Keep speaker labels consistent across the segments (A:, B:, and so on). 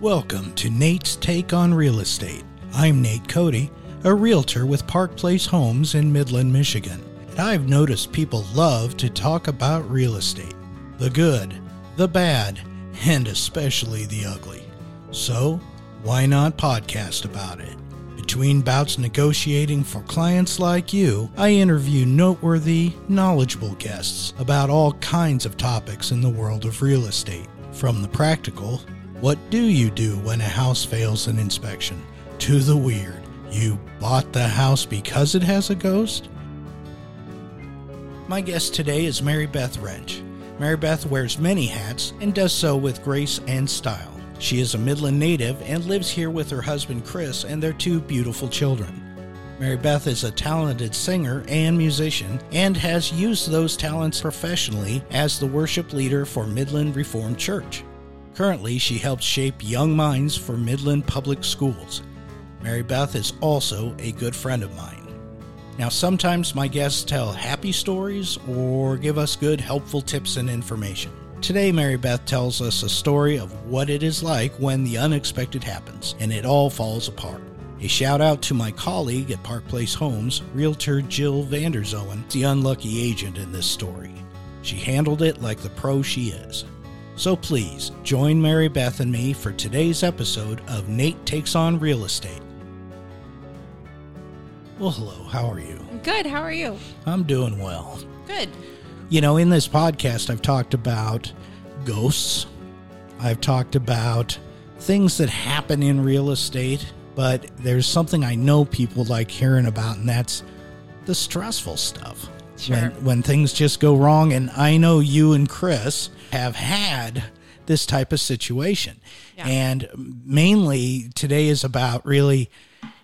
A: Welcome to Nate's Take on Real Estate. I'm Nate Cody, a realtor with Park Place Homes in Midland, Michigan. And I've noticed people love to talk about real estate the good, the bad, and especially the ugly. So, why not podcast about it? Between bouts negotiating for clients like you, I interview noteworthy, knowledgeable guests about all kinds of topics in the world of real estate. From the practical, what do you do when a house fails an inspection? To the weird, you bought the house because it has a ghost? My guest today is Mary Beth Wrench. Mary Beth wears many hats and does so with grace and style. She is a Midland native and lives here with her husband Chris and their two beautiful children. Mary Beth is a talented singer and musician and has used those talents professionally as the worship leader for Midland Reformed Church. Currently, she helps shape young minds for Midland Public Schools. Mary Beth is also a good friend of mine. Now, sometimes my guests tell happy stories or give us good, helpful tips and information. Today, Mary Beth tells us a story of what it is like when the unexpected happens and it all falls apart. A shout out to my colleague at Park Place Homes, realtor Jill Vanderzoen, the unlucky agent in this story. She handled it like the pro she is. So please join Mary Beth and me for today's episode of Nate Takes on Real Estate. Well, hello, how are you?
B: Good. How are you?
A: I'm doing well.
B: Good.
A: You know, in this podcast, I've talked about ghosts, I've talked about things that happen in real estate, but there's something I know people like hearing about, and that's the stressful stuff.
B: Sure.
A: When, when things just go wrong, and I know you and Chris have had this type of situation.
B: Yeah.
A: And mainly today is about really,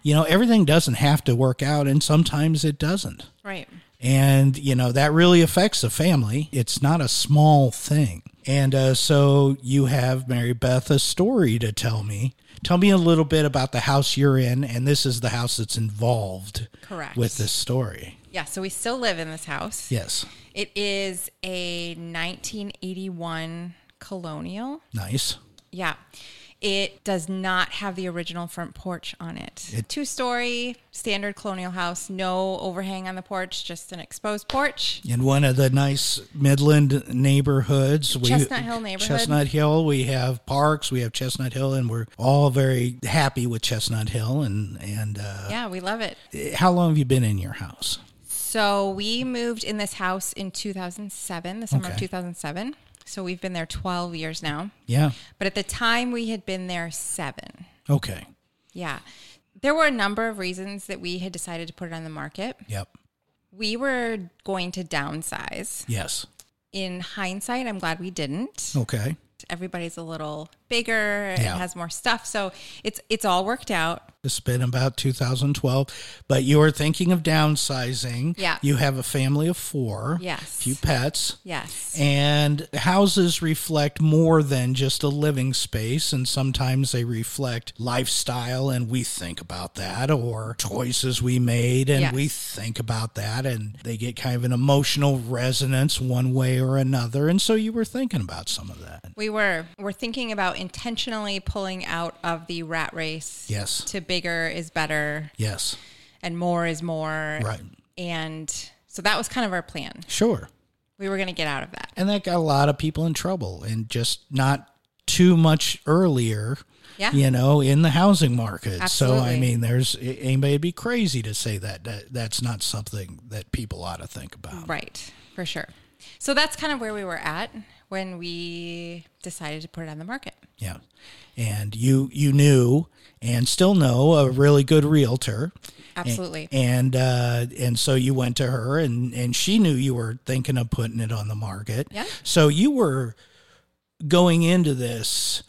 A: you know, everything doesn't have to work out, and sometimes it doesn't.
B: Right.
A: And, you know, that really affects the family. It's not a small thing. And uh, so you have Mary Beth a story to tell me. Tell me a little bit about the house you're in, and this is the house that's involved
B: Correct.
A: with this story.
B: Yeah. So we still live in this house.
A: Yes.
B: It is a 1981 colonial.
A: Nice.
B: Yeah. It does not have the original front porch on it.
A: It-
B: Two story, standard colonial house, no overhang on the porch, just an exposed porch.
A: In one of the nice Midland neighborhoods, we,
B: Chestnut Hill neighborhood.
A: Chestnut Hill, we have parks, we have Chestnut Hill, and we're all very happy with Chestnut Hill. And and uh,
B: Yeah, we love it.
A: how long have you been in your house?
B: So we moved in this house in 2007, the summer
A: Okay.
B: of 2007. So we've been there 12 years now.
A: Yeah.
B: But at the time, we had been there seven.
A: Okay.
B: Yeah. There were a number of reasons that we had decided to put it on the market.
A: Yep.
B: We were going to downsize.
A: Yes.
B: In hindsight, I'm glad we didn't.
A: Okay.
B: Everybody's a little bigger and
A: Yeah.
B: has more stuff. So it's it's all worked out.
A: It's been about 2012, but you were thinking of downsizing.
B: Yeah.
A: You have a family of four.
B: Yes.
A: Few pets.
B: Yes.
A: And houses reflect more than just a living space, and sometimes they reflect lifestyle, and we think about that, or choices we made, and
B: Yes.
A: we think about that, and they get kind of an emotional resonance one way or another. And so you were thinking about some of that.
B: we were we're thinking about intentionally pulling out of the rat race
A: Yes.
B: to bigger is better
A: Yes.
B: and more is more.
A: Right.
B: And so that was kind of our plan.
A: Sure.
B: We were going to get out of that.
A: and that got a lot of people in trouble and just not too much earlier
B: Yeah.
A: you know in the housing market so i
B: Absolutely.
A: mean there's anybody would be crazy to say that, that that's not something that people ought to think about
B: Right, for sure. So that's kind of where we were at when we decided to put it on the market.
A: yeah and you you knew and still know a really good realtor
B: Absolutely.
A: and uh, and so you went to her and and she knew you were thinking of putting it on the market
B: Yeah.
A: so you were going into this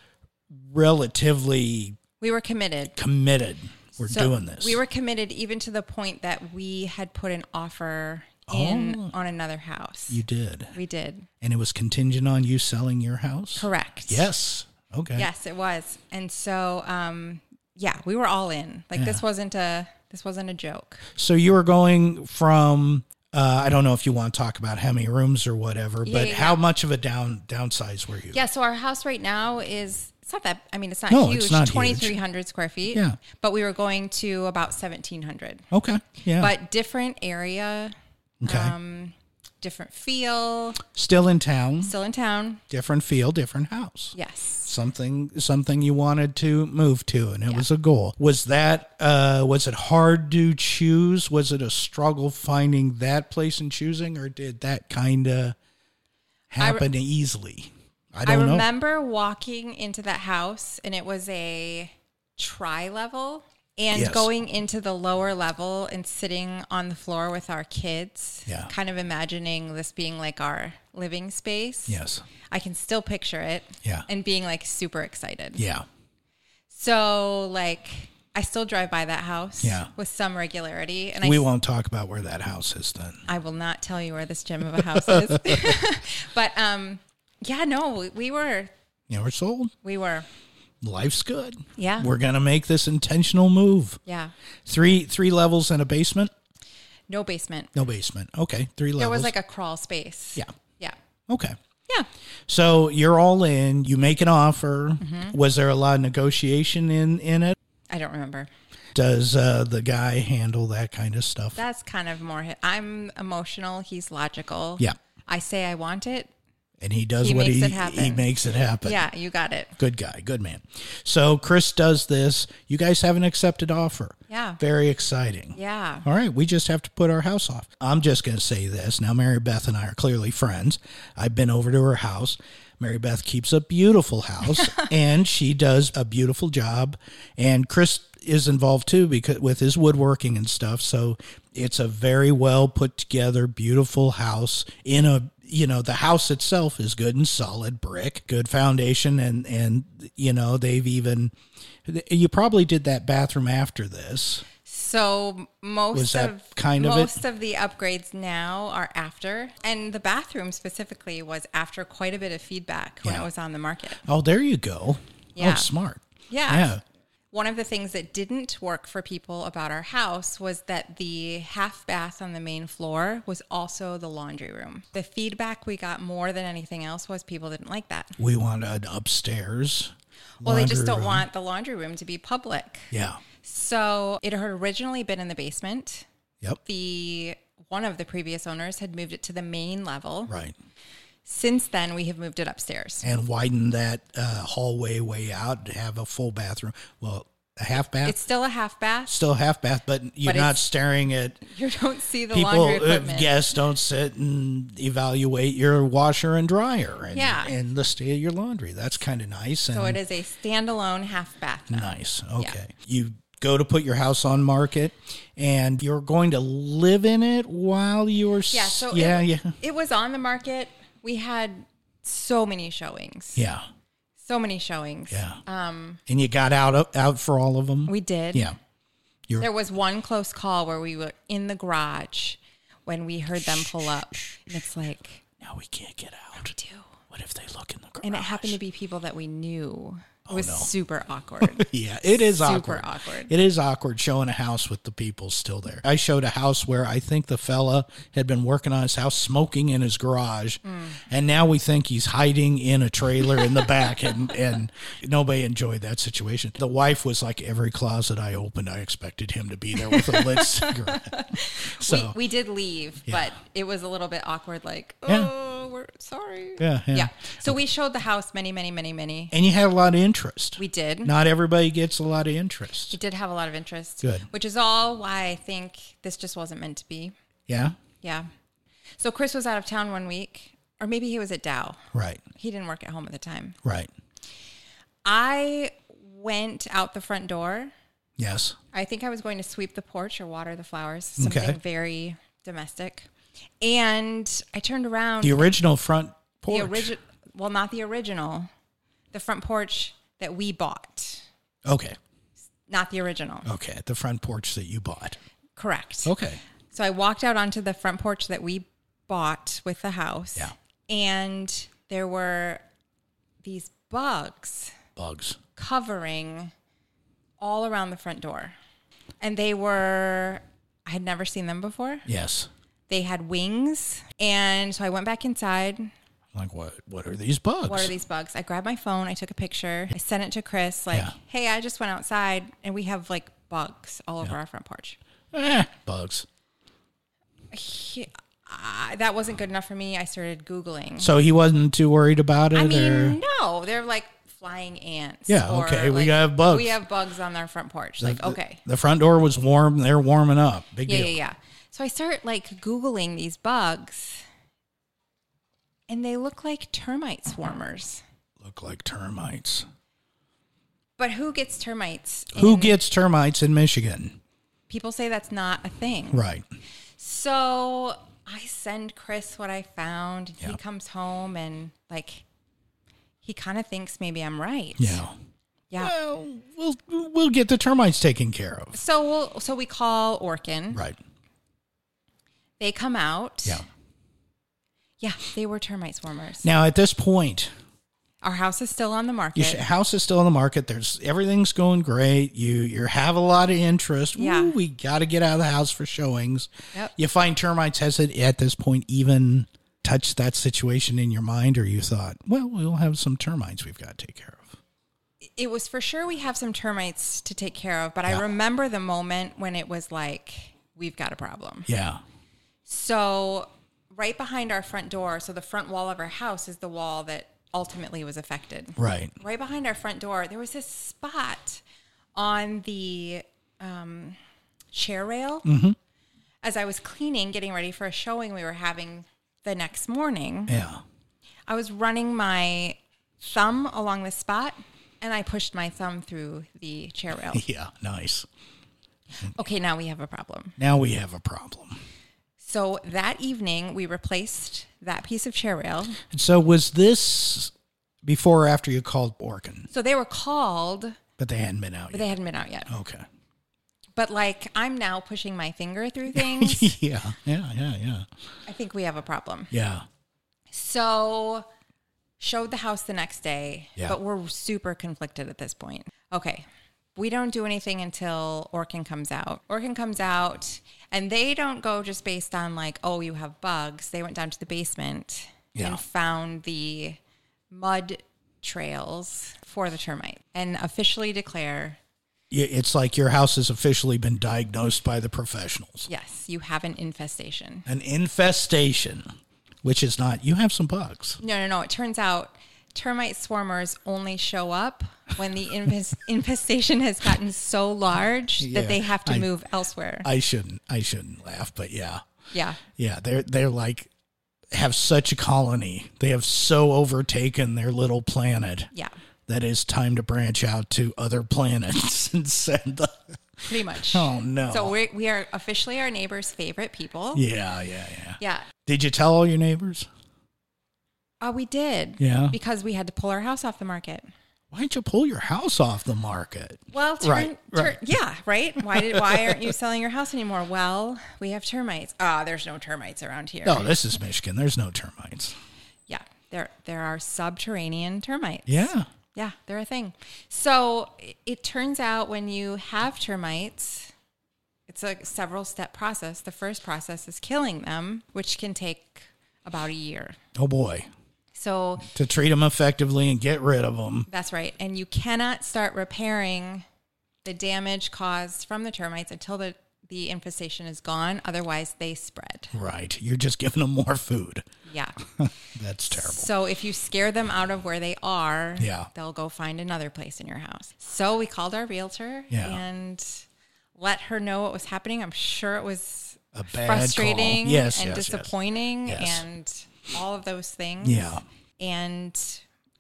A: relatively
B: we were committed.
A: committed. We're
B: So
A: doing this.
B: We were committed even to the point that we had put an offer in on another house.
A: Oh. you did,
B: we did.
A: and it was contingent on you selling your house.
B: Correct.
A: Yes. Okay.
B: Yes, it was. And so um yeah, we were all in. Like this wasn't a this wasn't a joke.
A: So you were going from. Uh, I don't know if you want to talk about how many rooms or whatever, but
B: yeah,
A: how much of a down downsize were you?
B: Yeah, so our house right now is It's not that. I mean, it's not
A: No,
B: huge.
A: it's not huge.
B: Twenty three hundred square feet.
A: Yeah.
B: But we were going to about seventeen hundred.
A: Okay. Yeah.
B: But um, different area,
A: okay.
B: different feel.
A: Still in town,
B: Still in town.
A: different feel, different house.
B: Yes.
A: Something something you wanted to move to and it was a goal. Was that uh was it hard to choose? Was it a struggle finding that place and choosing or did that kind of happen easily? I
B: I
A: don't know.
B: remember walking into that house and it was a tri level and
A: Yes.
B: going into the lower level and sitting on the floor with our kids.
A: Yeah.
B: Kind of imagining this being like our living space.
A: Yes.
B: I can still picture it.
A: Yeah.
B: And being like super excited.
A: Yeah.
B: So like I still drive by that house
A: Yeah.
B: with some regularity and
A: we
B: I
A: won't talk about where that house is then.
B: I will not tell you where this gem of a house is. but um yeah, no, we, we were
A: You know, we're sold.
B: we were
A: Life's good.
B: Yeah.
A: We're going to make this intentional move.
B: yeah.
A: Three three levels and a basement?
B: No basement.
A: No basement. Okay. Three levels.
B: There was like a crawl space.
A: Yeah.
B: Yeah.
A: Okay.
B: Yeah.
A: So you're all in. You make an offer.
B: Mm-hmm.
A: Was there a lot of negotiation in in it?
B: I don't remember.
A: Does uh, the guy handle that kind of stuff?
B: That's kind of more. hi- I'm emotional. He's logical.
A: Yeah.
B: I say I want it.
A: and he does
B: He
A: what
B: makes
A: he
B: it happen.
A: he makes it happen.
B: yeah, you got it.
A: Good guy, good man. So Chris does this. You guys have an accepted offer.
B: Yeah.
A: Very exciting.
B: Yeah.
A: All right, we just have to put our house off. I'm just going to say this. Now, Mary Beth and I are clearly friends. I've been over to her house. Mary Beth keeps a beautiful house and she does a beautiful job. And Chris is involved too because with his woodworking and stuff. So it's a very well put together, beautiful house in a you know the house itself is good and solid brick good foundation and and you know they've even you probably did that bathroom after this
B: So most
A: Was that
B: of
A: kind of it?
B: most of the upgrades now are after, and the bathroom specifically was after quite a bit of feedback when
A: Yeah.
B: it was on the market.
A: Oh, there you go.
B: Yeah.
A: Oh, smart.
B: Yeah.
A: Yeah.
B: One of the things that didn't work for people about our house was that the half bath on the main floor was also the laundry room. The feedback we got more than anything else was people didn't like that.
A: We want an upstairs.
B: Well, they just
A: laundry
B: don't
A: room.
B: want the laundry room to be public.
A: Yeah.
B: So it had originally been in the basement.
A: Yep.
B: The one of the previous owners had moved it to the main level.
A: Right.
B: Since then, we have moved it upstairs.
A: And widen that uh, hallway way out to have a full bathroom. Well, a half bath.
B: It's still a half bath.
A: still a half bath, but you're
B: But
A: not
B: it's-
A: staring at
B: You don't see the laundry
A: people. Uh,
B: equipment.
A: guests don't sit and evaluate your washer and dryer and,
B: Yeah.
A: and the state of your laundry. That's kind of nice. And
B: So it is a standalone half bath. now.
A: Nice. Okay. You go to put your house on market and you're going to live in it while you're s-
B: Yeah. So
A: yeah,
B: it,
A: yeah.
B: It was on the market. We had so many showings.
A: Yeah.
B: So many showings.
A: Yeah. Um and you got out of, out for all of them.
B: We did.
A: yeah.
B: There was one close call where we were in the garage when we heard them pull up. And it's like,
A: Now we can't get out.
B: do.
A: What if they look in the garage? Oh,
B: And it happened to be people that we knew. It was
A: no.
B: super awkward.
A: Yeah, it is
B: Super
A: awkward.
B: awkward.
A: It is awkward showing a house with the people still there. I showed a house where I think the fella had been working on his house, smoking in his garage,
B: Mm.
A: and now we think he's hiding in a trailer in the back, and and nobody enjoyed that situation. The wife was like, every closet I opened, I expected him to be there with a lit cigarette. So
B: we, we did leave, but it was a little bit awkward. Like, oh,
A: Yeah.
B: we're sorry.
A: Yeah, yeah.
B: So we showed the house many, many, many, many.
A: and you had a lot of interest.
B: We did.
A: Not everybody gets a lot of interest.
B: We did have a lot of interest.
A: Good.
B: Which is all why I think this just wasn't meant to be.
A: Yeah,
B: Yeah. So Chris was out of town one week, or maybe he was at Dow.
A: right,
B: He didn't work at home at the time.
A: right.
B: I went out the front door.
A: Yes,
B: I think I was going to sweep the porch or water the flowers, something
A: Okay.
B: very domestic. And I turned around.
A: the original front porch.
B: the original, well, not the original, the front porch that we bought,
A: Okay.
B: not the original.
A: Okay, the front porch that you bought.
B: Correct.
A: Okay.
B: So I walked out onto the front porch that we bought with the house.
A: Yeah.
B: And there were these bugs
A: Bugs.
B: covering all around the front door. And they were, I had never seen them before.
A: Yes.
B: They had wings. And so I went back inside.
A: Like what? What are these bugs?
B: What are these bugs? I grabbed my phone, I took a picture, I sent it to Chris, like,
A: Yeah.
B: hey, I just went outside and we have like bugs all over our front porch.
A: Eh, bugs.
B: He, uh, that wasn't good enough for me. I started Googling.
A: So he wasn't too worried about it.
B: I
A: or-
B: mean, no, they're like flying ants.
A: Yeah,
B: or,
A: okay, we
B: like,
A: got bugs.
B: We have bugs on our front porch. Like, okay.
A: the front door was warm. They're warming up. Big
B: Yeah,
A: deal.
B: yeah, yeah. So I start like Googling these bugs and they look like termite swarmers.
A: Look like termites.
B: But who gets termites?
A: Who
B: And
A: gets termites in Michigan?
B: people say that's not a thing.
A: Right.
B: So I send Chris what I found.
A: Yeah.
B: He comes home and like he kind of thinks maybe I'm right.
A: Yeah.
B: Yeah.
A: Well, we'll we'll get the termites taken care of.
B: So we'll, so we call Orkin.
A: Right.
B: They come out.
A: Yeah.
B: Yeah, they were termite swarmers.
A: Now at this point,
B: Our house is still on the market.
A: your sh- house is still on the market. There's everything's going great. You you have a lot of interest.
B: Yeah.
A: Ooh, we got to get out of the house for showings.
B: Yep.
A: You find termites has it at this point even touched that situation in your mind, or you thought, well, we'll have some termites we've got to take care of.
B: It was for sure we have some termites to take care of, but
A: Yeah.
B: I remember the moment when it was like, we've got a problem.
A: Yeah.
B: So, right behind our front door, so the front wall of our house is the wall that ultimately was affected.
A: Right.
B: Right behind our front door, there was this spot on the um, chair rail. As I was cleaning, getting ready for a showing we were having the next morning,
A: Yeah.
B: I was running my thumb along the spot and I pushed my thumb through the chair rail.
A: Yeah. Nice.
B: Okay, now we have a problem.
A: Now we have a problem.
B: So that evening, we replaced that piece of chair rail.
A: And so was this before or after you called Orkin?
B: So they were called,
A: But they hadn't been out
B: but
A: yet.
B: they hadn't been out yet.
A: okay.
B: But like, I'm now pushing my finger through things.
A: yeah. Yeah. Yeah. Yeah.
B: I think we have a problem.
A: Yeah.
B: So, showed the house the next day,
A: Yeah.
B: but we're super conflicted at this point. Okay. We don't do anything until Orkin comes out. Orkin comes out, and they don't go just based on like, oh, you have bugs. They went down to the basement
A: Yeah.
B: and found the mud trails for the termite and officially declare
A: Y- It's like your house has officially been diagnosed by the professionals.
B: Yes, you have an infestation.
A: An infestation, which is not, you have some bugs.
B: No, no, no. It turns out termite swarmers only show up when the infest- infestation has gotten so large
A: Yeah,
B: that they have to
A: I-
B: move elsewhere.
A: I shouldn't, I shouldn't laugh, but yeah.
B: yeah.
A: Yeah. They're, they're like, have such a colony. They have so overtaken their little planet
B: Yeah.
A: that it's time to branch out to other planets and send the,
B: Pretty much.
A: oh no.
B: So we we are officially our neighbor's favorite people.
A: yeah. Yeah. Yeah.
B: Yeah.
A: Did you tell all your neighbors?
B: Uh, we did.
A: Yeah.
B: Because we had to pull our house off the market.
A: Why'd you pull your house off the market?
B: Well, turn,
A: Right, right.
B: turn- yeah, right. Why did why aren't you selling your house anymore? Well, we have termites. Ah, there's no termites around here.
A: No, Oh, this is Michigan. There's no termites.
B: Yeah, there there are subterranean termites.
A: Yeah.
B: Yeah, they're a thing. So i- it turns out when you have termites, it's a several step process. The first process is killing them, which can take about a year.
A: Oh boy.
B: So
A: To treat them effectively and get rid of them.
B: that's right. And you cannot start repairing the damage caused from the termites until the, the infestation is gone. Otherwise, they spread.
A: Right. You're just giving them more food.
B: Yeah.
A: That's terrible.
B: So if you scare them out of where they are,
A: Yeah.
B: they'll go find another place in your house. So we called our realtor
A: Yeah.
B: and let her know what was happening. I'm sure it was
A: A bad
B: frustrating
A: call. Yes,
B: and
A: yes, yes.
B: disappointing
A: Yes.
B: and all of those things.
A: Yeah.
B: And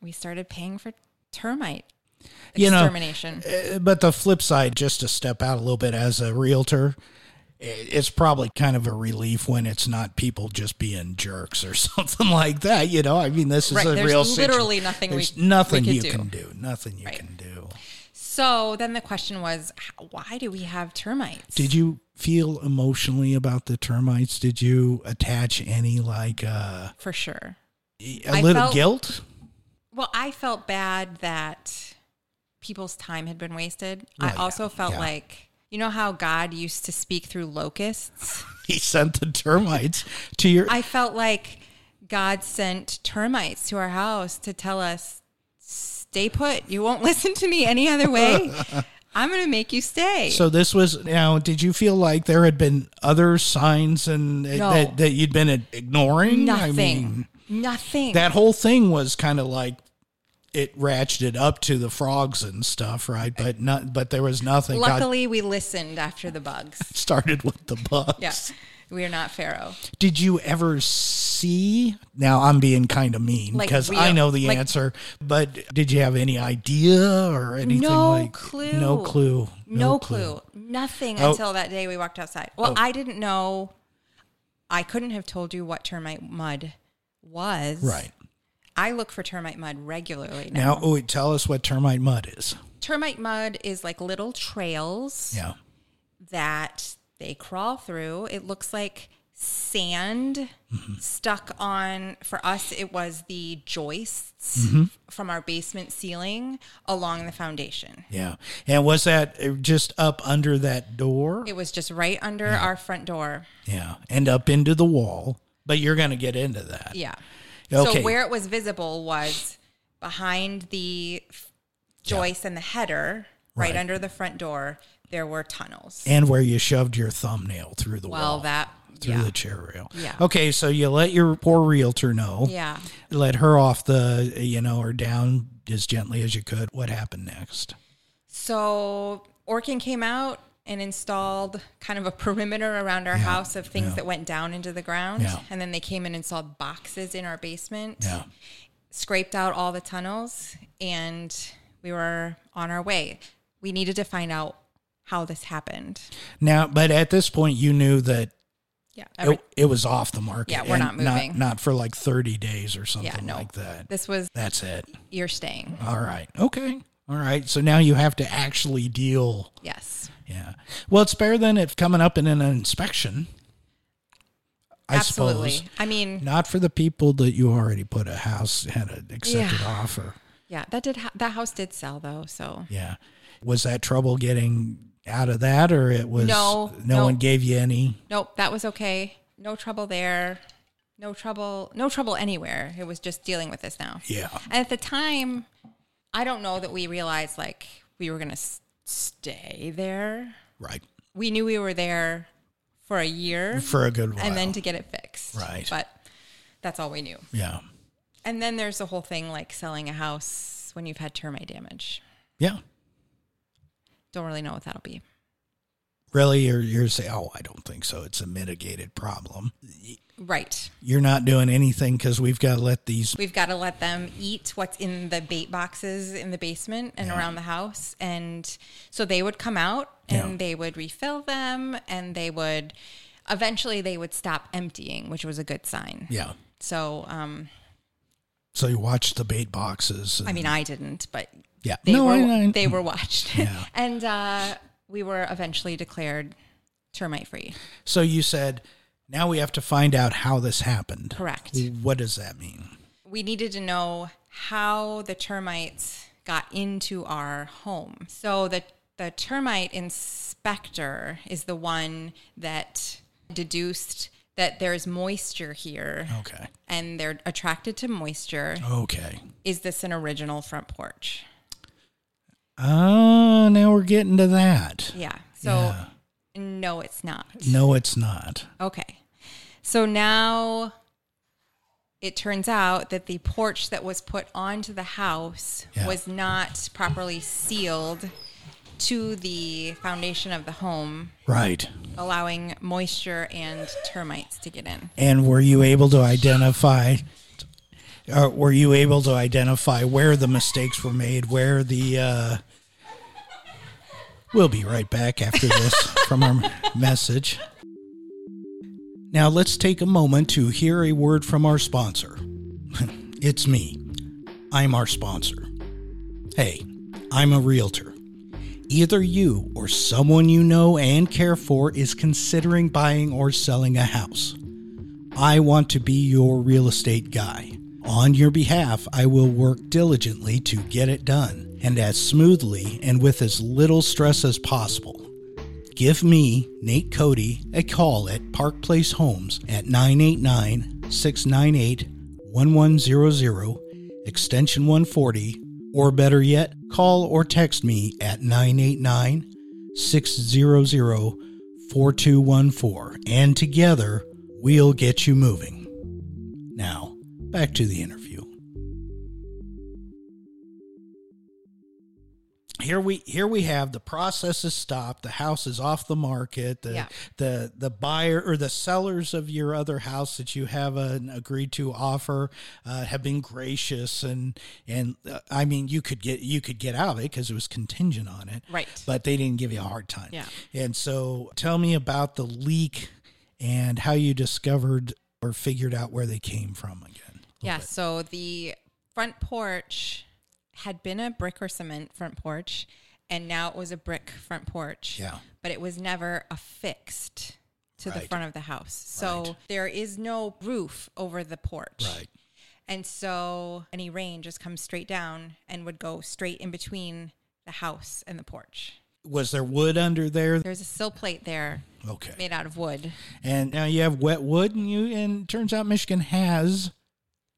B: we started paying for termite
A: You know,
B: extermination.
A: Uh, But the flip side, just to step out a little bit as a realtor, i- it's probably kind of a relief when it's not people just being jerks or something like that. You know, I mean, this is
B: Right,
A: a
B: there's
A: real situation.
B: literally nothing we-
A: There's nothing
B: we could
A: you
B: do.
A: can do. Nothing you can do.
B: so then the question was, h- why do we have termites?
A: Did you feel emotionally about the termites? Did you attach any like uh,
B: for sure.
A: a
B: I
A: little
B: felt-
A: guilt?
B: Well, I felt bad that people's time had been wasted.
A: Well,
B: I
A: yeah,
B: also felt
A: yeah.
B: like you know how God used to speak through locusts?
A: He sent the termites to your
B: I felt like God sent termites to our house to tell us, stay put. You won't listen to me any other way. I'm going to make you stay.
A: So this was now. Did you feel like there had been other signs and
B: No.
A: that, that you'd been ignoring?
B: nothing.
A: I mean,
B: nothing.
A: that whole thing was kind of like it ratcheted up to the frogs and stuff, right? But not. But there was nothing. God
B: Luckily, we listened after the bugs.
A: started with the bugs.
B: Yeah. We are not Pharaoh.
A: Did you ever see? Now I'm being kind of mean
B: Like
A: because
B: real-
A: I know the
B: like-
A: answer, but did you have any idea or anything
B: No
A: like
B: clue.
A: No clue.
B: No, clue. Nothing
A: Oh.
B: until that day we walked outside. Well, I didn't know. I couldn't have told you what termite mud was.
A: Right.
B: I look for termite mud regularly now.
A: Now, ooh, tell us what termite mud is.
B: Termite mud is like little trails
A: Yeah.
B: that they crawl through. It looks like sand
A: Mm-hmm.
B: stuck on, for us, it was the joists
A: Mm-hmm.
B: from our basement ceiling along the foundation.
A: Yeah. And was that uh, just up under that door?
B: It was just right under our front door.
A: yeah. And up into the wall. But you're going to get into that.
B: Yeah.
A: Okay.
B: So where it was visible was behind the f- joist and the header, right,
A: Right.
B: under the front door. There were tunnels.
A: and where you shoved your thumbnail through the
B: Well,
A: wall.
B: that
A: through
B: yeah,
A: the chair rail.
B: Yeah.
A: Okay, so you let your poor realtor know.
B: yeah.
A: Let her off the, you know, or down as gently as you could. What happened next?
B: So Orkin came out and installed kind of a perimeter around our house of things that went down into the ground,
A: Yeah.
B: and then they came and installed boxes in our basement.
A: Yeah.
B: scraped out all the tunnels and we were on our way. We needed to find out how this happened.
A: Now, but at this point, you knew that
B: Yeah.
A: it, it was off the market.
B: Yeah, we're
A: and
B: not moving.
A: Not, for like 30 days or something
B: Yeah, no.
A: like that.
B: this was
A: That's it.
B: you're staying.
A: All right. Okay. All right. So now you have to actually deal.
B: Yes.
A: Yeah. Well, it's better than it coming up in an inspection. I
B: absolutely.
A: suppose.
B: I mean,
A: Not for the people that you already put a house had an accepted
B: Yeah.
A: offer.
B: yeah, that did ha- that house did sell though, so
A: Yeah. Was that trouble getting out of that or it was
B: No,
A: no
B: no.
A: one gave you any?
B: nope, that was okay. No trouble there. No trouble, no trouble anywhere. It was just dealing with this now.
A: Yeah.
B: And at the time, I don't know that we realized like we were going to s- stay there.
A: Right.
B: We knew we were there for a year.
A: For a good while.
B: and then to get it fixed.
A: Right.
B: But that's all we knew.
A: yeah.
B: And then there's the whole thing like selling a house when you've had termite damage.
A: Yeah.
B: Don't really know what that'll be.
A: Really you're you're saying, "Oh, I don't think so. It's a mitigated problem."
B: Right.
A: You're not doing anything cuz we've got to let these
B: We've got to let them eat what's in the bait boxes in the basement and around the house. And so they would come out and
A: Yeah.
B: they would refill them and they would eventually they would stop emptying, which was a good sign.
A: Yeah.
B: So um
A: So you watch the bait boxes. and-
B: I mean I didn't, but
A: yeah.
B: they were
A: I- I-
B: they were watched,
A: Yeah.
B: and uh, we were eventually declared termite free.
A: So you said, now we have to find out how this happened.
B: Correct.
A: What does that mean?
B: We needed to know how the termites got into our home. So the the termite inspector is the one that deduced that there's moisture here.
A: Okay.
B: And they're attracted to moisture.
A: Okay.
B: Is this an original front porch?
A: Ah, now we're getting to that.
B: Yeah. So, no, it's not.
A: No, it's not.
B: Okay. So now it turns out that the porch that was put onto the house
A: Yeah.
B: was not properly sealed to the foundation of the home,
A: Right.
B: allowing moisture and termites to get in.
A: And were you able to identify? Uh, were you able to identify where the mistakes were made? Where the? Uh, we'll be right back after this from our message. Now let's take a moment to hear a word from our sponsor. it's me. I'm our sponsor. Hey, I'm a realtor. Either you or someone you know and care for is considering buying or selling a house. I want to be your real estate guy. On your behalf, I will work diligently to get it done and as smoothly and with as little stress as possible. Give me, Nate Cody, a call at Park Place Homes at 989 698 1100, extension 140, or better yet, call or text me at 989 600 4214, and together we'll get you moving. Now, back to the interview. Here we here we have the process is stopped, the house is off the market, the
B: Yeah.
A: the the buyer or the sellers of your other house that you have an agreed to offer uh, have been gracious and and uh, I mean you could get you could get out of it because it was contingent on it,
B: Right.
A: But they didn't give you a hard time.
B: Yeah.
A: And so tell me about the leak and how you discovered or figured out where they came from again.
B: Yeah. So the front porch had been a brick or cement front porch, and now it was a brick front porch.
A: Yeah.
B: But it was never affixed to the
A: Right.
B: front of the house. So there is no roof over the porch.
A: Right.
B: And so any rain just comes straight down and would go straight in between the house and the porch.
A: Was there wood under there?
B: There's a sill plate there
A: Okay.
B: made out of wood.
A: And now you have wet wood and you and it turns out Michigan has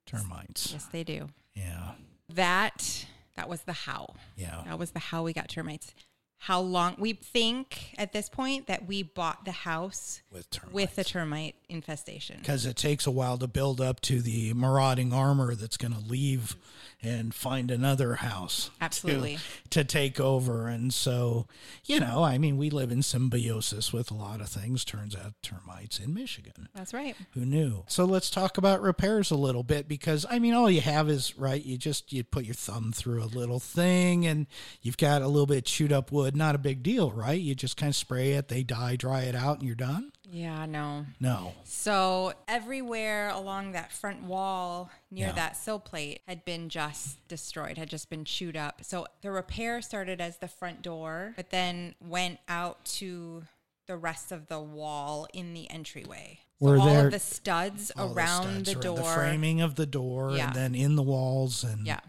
A: termites.
B: Yes, they do.
A: Yeah.
B: That that was the how.
A: Yeah.
B: That was the how we got termites. How long we think at this point that we bought the house
A: With termites.
B: with the termite infestation.
A: because it takes a while to build up to the marauding armor that's going to leave and find another house to-
B: Absolutely.
A: to, take over and so you know i mean we live in symbiosis with a lot of things turns out termites in michigan
B: That's right.
A: who knew so let's talk about repairs a little bit because i mean all you have is right you just you put your thumb through a little thing and you've got a little bit chewed up wood not a big deal right you just kind of spray it they die dry it out and you're done
B: Yeah, no.
A: no
B: So everywhere along that front wall near
A: Yeah.
B: that sill plate had been just destroyed, had just been chewed up. So the repair started as the front door, but then went out to the rest of the wall in the entryway. So
A: Were
B: all
A: there-
B: of the studs
A: all
B: around the,
A: studs
B: door.
A: around the framing of the door,
B: Yeah.
A: and then in the walls, and
B: Yeah.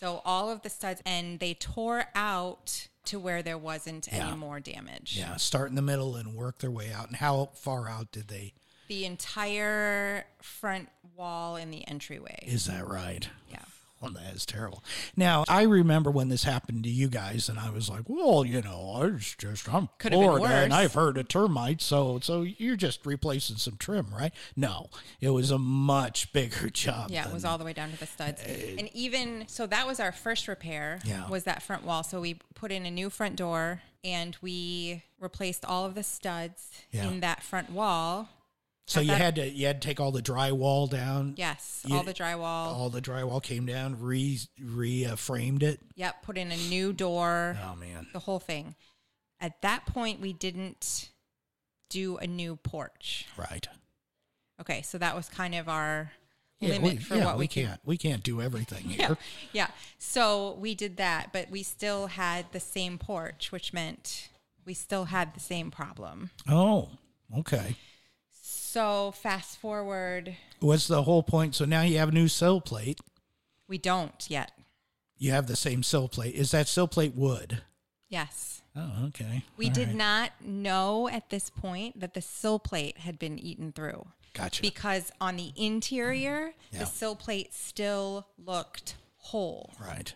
B: So all of the studs, and they tore out to where there wasn't
A: Yeah.
B: any more damage.
A: yeah, start in the middle and work their way out. And how far out did they?
B: The entire front wall in the entryway.
A: Is that right?
B: Yeah.
A: Well, that is terrible. Now I remember when this happened to you guys, and I was like, "Well, you know, I was just I'm
B: Could have been
A: Florida, and
B: worse.
A: I've heard of termites, so so you're just replacing some trim, right?" No, it was a much bigger job.
B: Yeah, it
A: than-
B: was all the way down to the studs. And even so that was our first repair
A: Yeah.
B: was that front wall. So we put in a new front door and we replaced all of the studs
A: Yeah.
B: in that front wall.
A: so you
B: that-
A: had to you had to take all the drywall down.
B: Yes,
A: You-
B: all the drywall.
A: All the drywall came down, re re uh, framed it.
B: Yep, put in a new door.
A: Oh man,
B: the whole thing. At that point, we didn't do a new porch.
A: right.
B: Okay, so that was kind of our
A: Yeah,
B: limit
A: we,
B: for
A: yeah,
B: what
A: we,
B: we, can.
A: can't. We can't do everything here.
B: Yeah, yeah. So we did that, but we still had the same porch, which meant we still had the same problem.
A: Oh, okay.
B: So fast forward,
A: What's the whole point? So now you have a new cell plate.
B: we don't yet.
A: You have the same cell plate. Is that cell plate wood?
B: Yes.
A: Oh, okay.
B: We
A: All
B: did
A: right.
B: not know at this point that the sill plate had been eaten through.
A: Gotcha.
B: because on the interior,
A: Yeah.
B: the sill plate still looked whole.
A: right.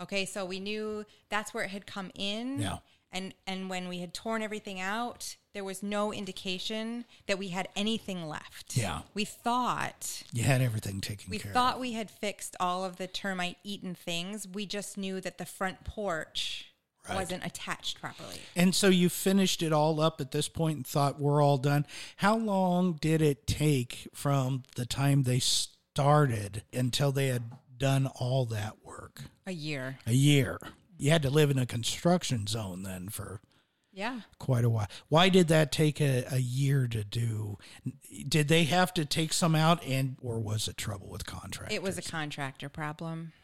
B: Okay, so we knew that's where it had come in.
A: Yeah.
B: And and when we had torn everything out, there was no indication that we had anything left.
A: Yeah.
B: We thought
A: You had everything taken
B: we
A: care
B: thought we had fixed all of the termite eaten things. We just knew that the front porch
A: Right.
B: wasn't attached properly.
A: of. And so you finished it all up at this point and thought we're all done. How long did it take from the time they started until they had done all that work?
B: A year.
A: A year. You had to live in a construction zone then for
B: Yeah.
A: quite a while. Why did that take a, a year to do? Did they have to take some out and or was it trouble with contract?
B: It was a contractor problem.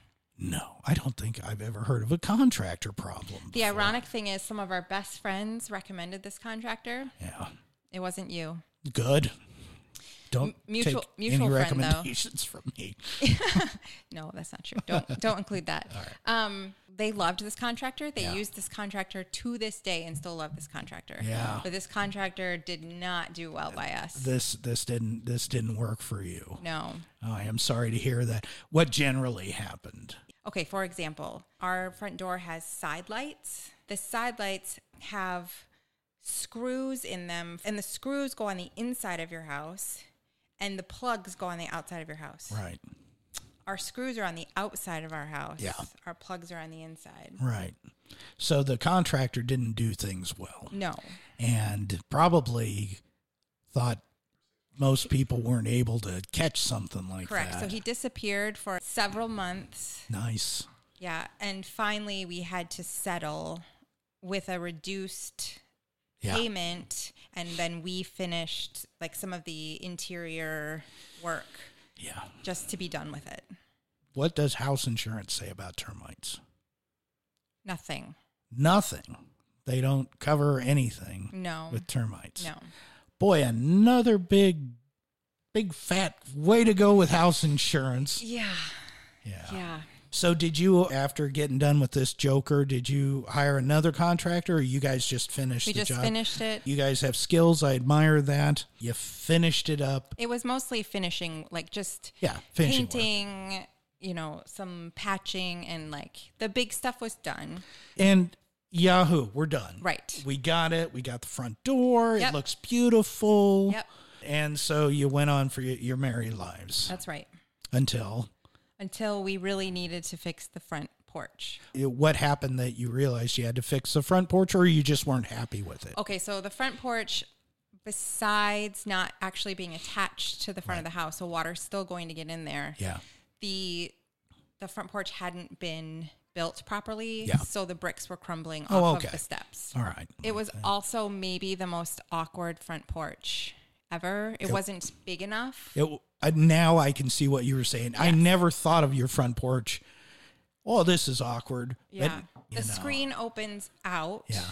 A: no, I don't think I've ever heard of a contractor problem.
B: The ironic thing is, some of our best friends recommended this contractor.
A: Yeah.
B: It wasn't you.
A: Good. Don't
B: mutual-
A: take
B: mutual
A: any
B: friend, though.
A: recommendations from me.
B: No, that's not true. Don't don't include that. Um, they loved this contractor. They
A: Yeah.
B: used this contractor to this day and still love this contractor.
A: Yeah.
B: But this contractor did not do well by us.
A: This this didn't this didn't work for you. Oh,
B: no.
A: I am sorry to hear that. What generally happened?
B: Okay, for example, our front door has side lights. The side lights have screws in them, and the screws go on the inside of your house, and the plugs go on the outside of your house.
A: Right.
B: Our screws are on the outside of our house.
A: Yeah.
B: Our plugs are on the inside.
A: Right. So the contractor didn't do things well
B: No.
A: and probably thought most people weren't able to catch something like
B: Correct.
A: that.
B: So he disappeared for several months.
A: nice.
B: Yeah. And finally, we had to settle with a reduced
A: Yeah.
B: payment. And then we finished like some of the interior work
A: Yeah.
B: just to be done with it.
A: What does house insurance say about termites?
B: Nothing.
A: Nothing. They don't cover anything
B: No.
A: with termites.
B: No.
A: Boy, another big big fat way to go with house insurance.
B: Yeah.
A: Yeah.
B: Yeah.
A: So did you after getting done with this joker, did you hire another contractor or you guys just finished
B: We
A: the
B: just
A: job?
B: finished it.
A: You guys have skills. I admire that. You finished it up.
B: It was mostly finishing, like just
A: Yeah, finishing work.
B: painting, you know, some patching and like the big stuff was done.
A: And Yahoo, we're done.
B: Right.
A: We got it. We got the front door.
B: Yep.
A: It looks beautiful.
B: Yep.
A: And so you went on for your, your merry lives
B: That's right.
A: until
B: Until we really needed to fix the front porch.
A: it, what happened that you realized you had to fix the front porch or you just weren't happy with it.
B: Okay, so the front porch, besides not actually being attached to the front of the house, so water's still going to get in there.
A: Yeah.
B: The the front porch hadn't been built properly,
A: Yeah.
B: so the bricks were crumbling off
A: Oh, okay.
B: of the steps.
A: All right.
B: It was also maybe the most awkward front porch ever. It wasn't big enough.
A: It, I, now I can see what you were saying. I never thought of your front porch. Oh, this is awkward. But,
B: Yeah.
A: you
B: the
A: know,
B: screen opens out.
A: Yeah.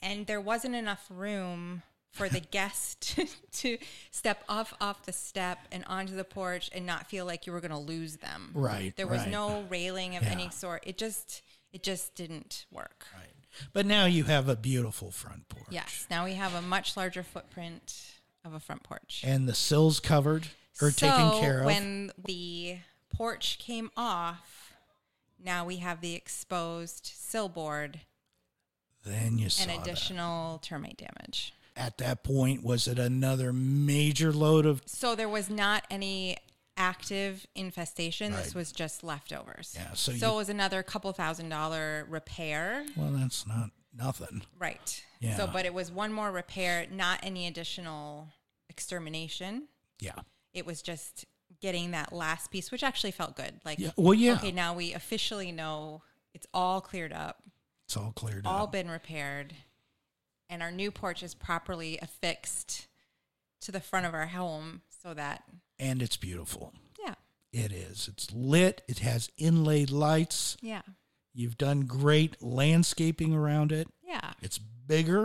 B: and there wasn't enough room for the guest to step off off the step and onto the porch and not feel like you were going to lose them.
A: Right,
B: There was
A: right.
B: no railing of
A: Yeah.
B: any sort. It just it just didn't work.
A: Right. But now you have a beautiful front porch.
B: Yes. Now we have a much larger footprint of a front porch.
A: And the sills covered or taken
B: So
A: care of.
B: When the porch came off, now we have the exposed sill board
A: then you saw
B: and
A: that.
B: additional termite damage.
A: at that point was it another major load of
B: So there was not any active infestation.
A: Right.
B: This was just leftovers.
A: Yeah, so
B: so
A: you-
B: it was another couple thousand dollar repair.
A: well that's not nothing
B: Right.
A: Yeah.
B: So, but it was one more repair, not any additional extermination.
A: yeah
B: It was just getting that last piece, which actually felt good. Like,
A: yeah well yeah
B: okay, now we officially know it's all cleared up,
A: it's all cleared
B: all
A: up
B: been repaired, and our new porch is properly affixed to the front of our home so that,
A: and it's beautiful
B: yeah,
A: it is it's lit it has inlaid lights
B: yeah,
A: you've done great landscaping around it
B: yeah.
A: it's bigger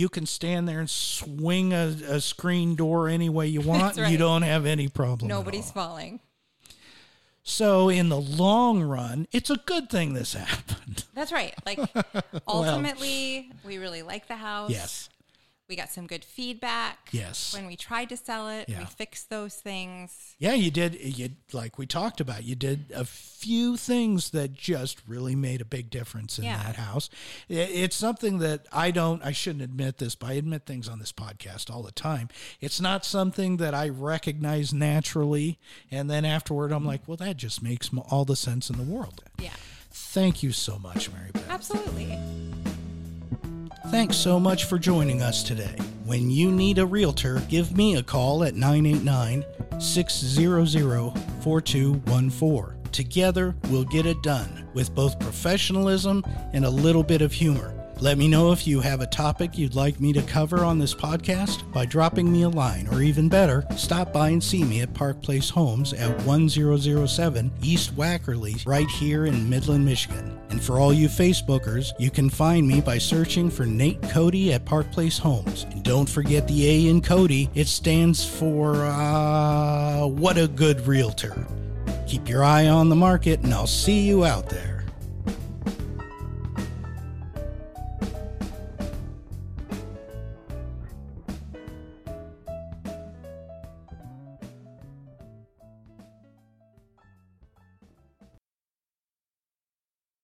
A: you can stand there and swing a, a screen door any way you want
B: That's right.
A: you don't have any problem at
B: Nobody's
A: all.
B: falling.
A: so in the long run it's a good thing this happened
B: That's right. Like ultimately, we really like the house.
A: yes
B: We got some good feedback.
A: Yes.
B: When we tried to sell it,
A: Yeah.
B: we fixed those things.
A: Yeah, you did. You like we talked about. You did a few things that just really made a big difference in
B: Yeah.
A: that house. I- It's something that I don't. I shouldn't admit this, but I admit things on this podcast all the time. It's not something that I recognize naturally, and then afterward, I'm like, well, that just makes m- all the sense in the world.
B: Yeah.
A: Thank you so much, Mary Beth.
B: Absolutely.
A: Thanks so much for joining us today. When you need a realtor, give me a call at 989 600 4214. Together, we'll get it done with both professionalism and a little bit of humor. Let me know if you have a topic you'd like me to cover on this podcast by dropping me a line, or even better, stop by and see me at Park Place Homes at 1007 East Wackerly, right here in Midland, Michigan. And for all you Facebookers, you can find me by searching for Nate Cody at Park Place Homes. And don't forget the A in Cody, it stands for, uh, what a good realtor. Keep your eye on the market, and I'll see you out there.